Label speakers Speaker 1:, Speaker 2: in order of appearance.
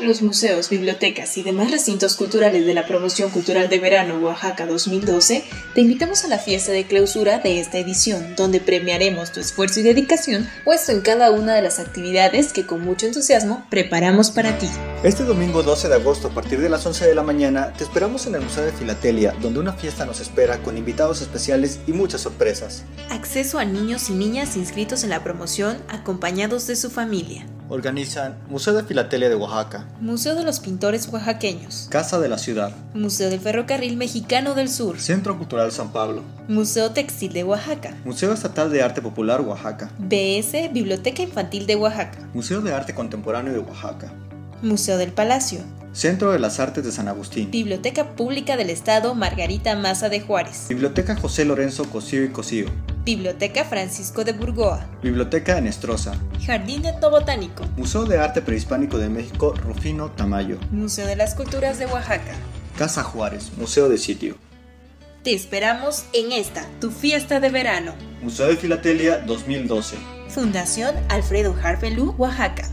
Speaker 1: Los museos, bibliotecas y demás recintos culturales de la Promoción Cultural de Verano Oaxaca 2012, te invitamos a la fiesta de clausura de esta edición, donde premiaremos tu esfuerzo y dedicación puesto en cada una de las actividades que con mucho entusiasmo preparamos para ti.
Speaker 2: Este domingo 12 de agosto a partir de las 11 de la mañana te esperamos en el Museo de Filatelia, donde una fiesta nos espera con invitados especiales y muchas sorpresas.
Speaker 3: Acceso a niños y niñas inscritos en la promoción acompañados de su familia.
Speaker 2: Organizan Museo de Filatelia de Oaxaca,
Speaker 3: Museo de los Pintores Oaxaqueños,
Speaker 2: Casa de la Ciudad,
Speaker 3: Museo del Ferrocarril Mexicano del Sur,
Speaker 2: Centro Cultural San Pablo,
Speaker 3: Museo Textil de Oaxaca,
Speaker 2: Museo Estatal de Arte Popular Oaxaca,
Speaker 3: BS Biblioteca Infantil de Oaxaca,
Speaker 2: Museo de Arte Contemporáneo de Oaxaca,
Speaker 3: Museo del Palacio,
Speaker 2: Centro de las Artes de San Agustín,
Speaker 3: Biblioteca Pública del Estado Margarita Maza de Juárez,
Speaker 2: Biblioteca José Lorenzo Cosío y Cosío,
Speaker 3: Biblioteca Francisco de Burgoa,
Speaker 2: Biblioteca Enestrosa,
Speaker 3: Jardín Etnobotánico,
Speaker 2: Museo de Arte Prehispánico de México Rufino Tamayo,
Speaker 3: Museo de las Culturas de Oaxaca,
Speaker 2: Casa Juárez, Museo de Sitio.
Speaker 3: Te esperamos en esta, tu fiesta de verano.
Speaker 2: Museo de Filatelia 2012.
Speaker 3: Fundación Alfredo Harpelú, Oaxaca.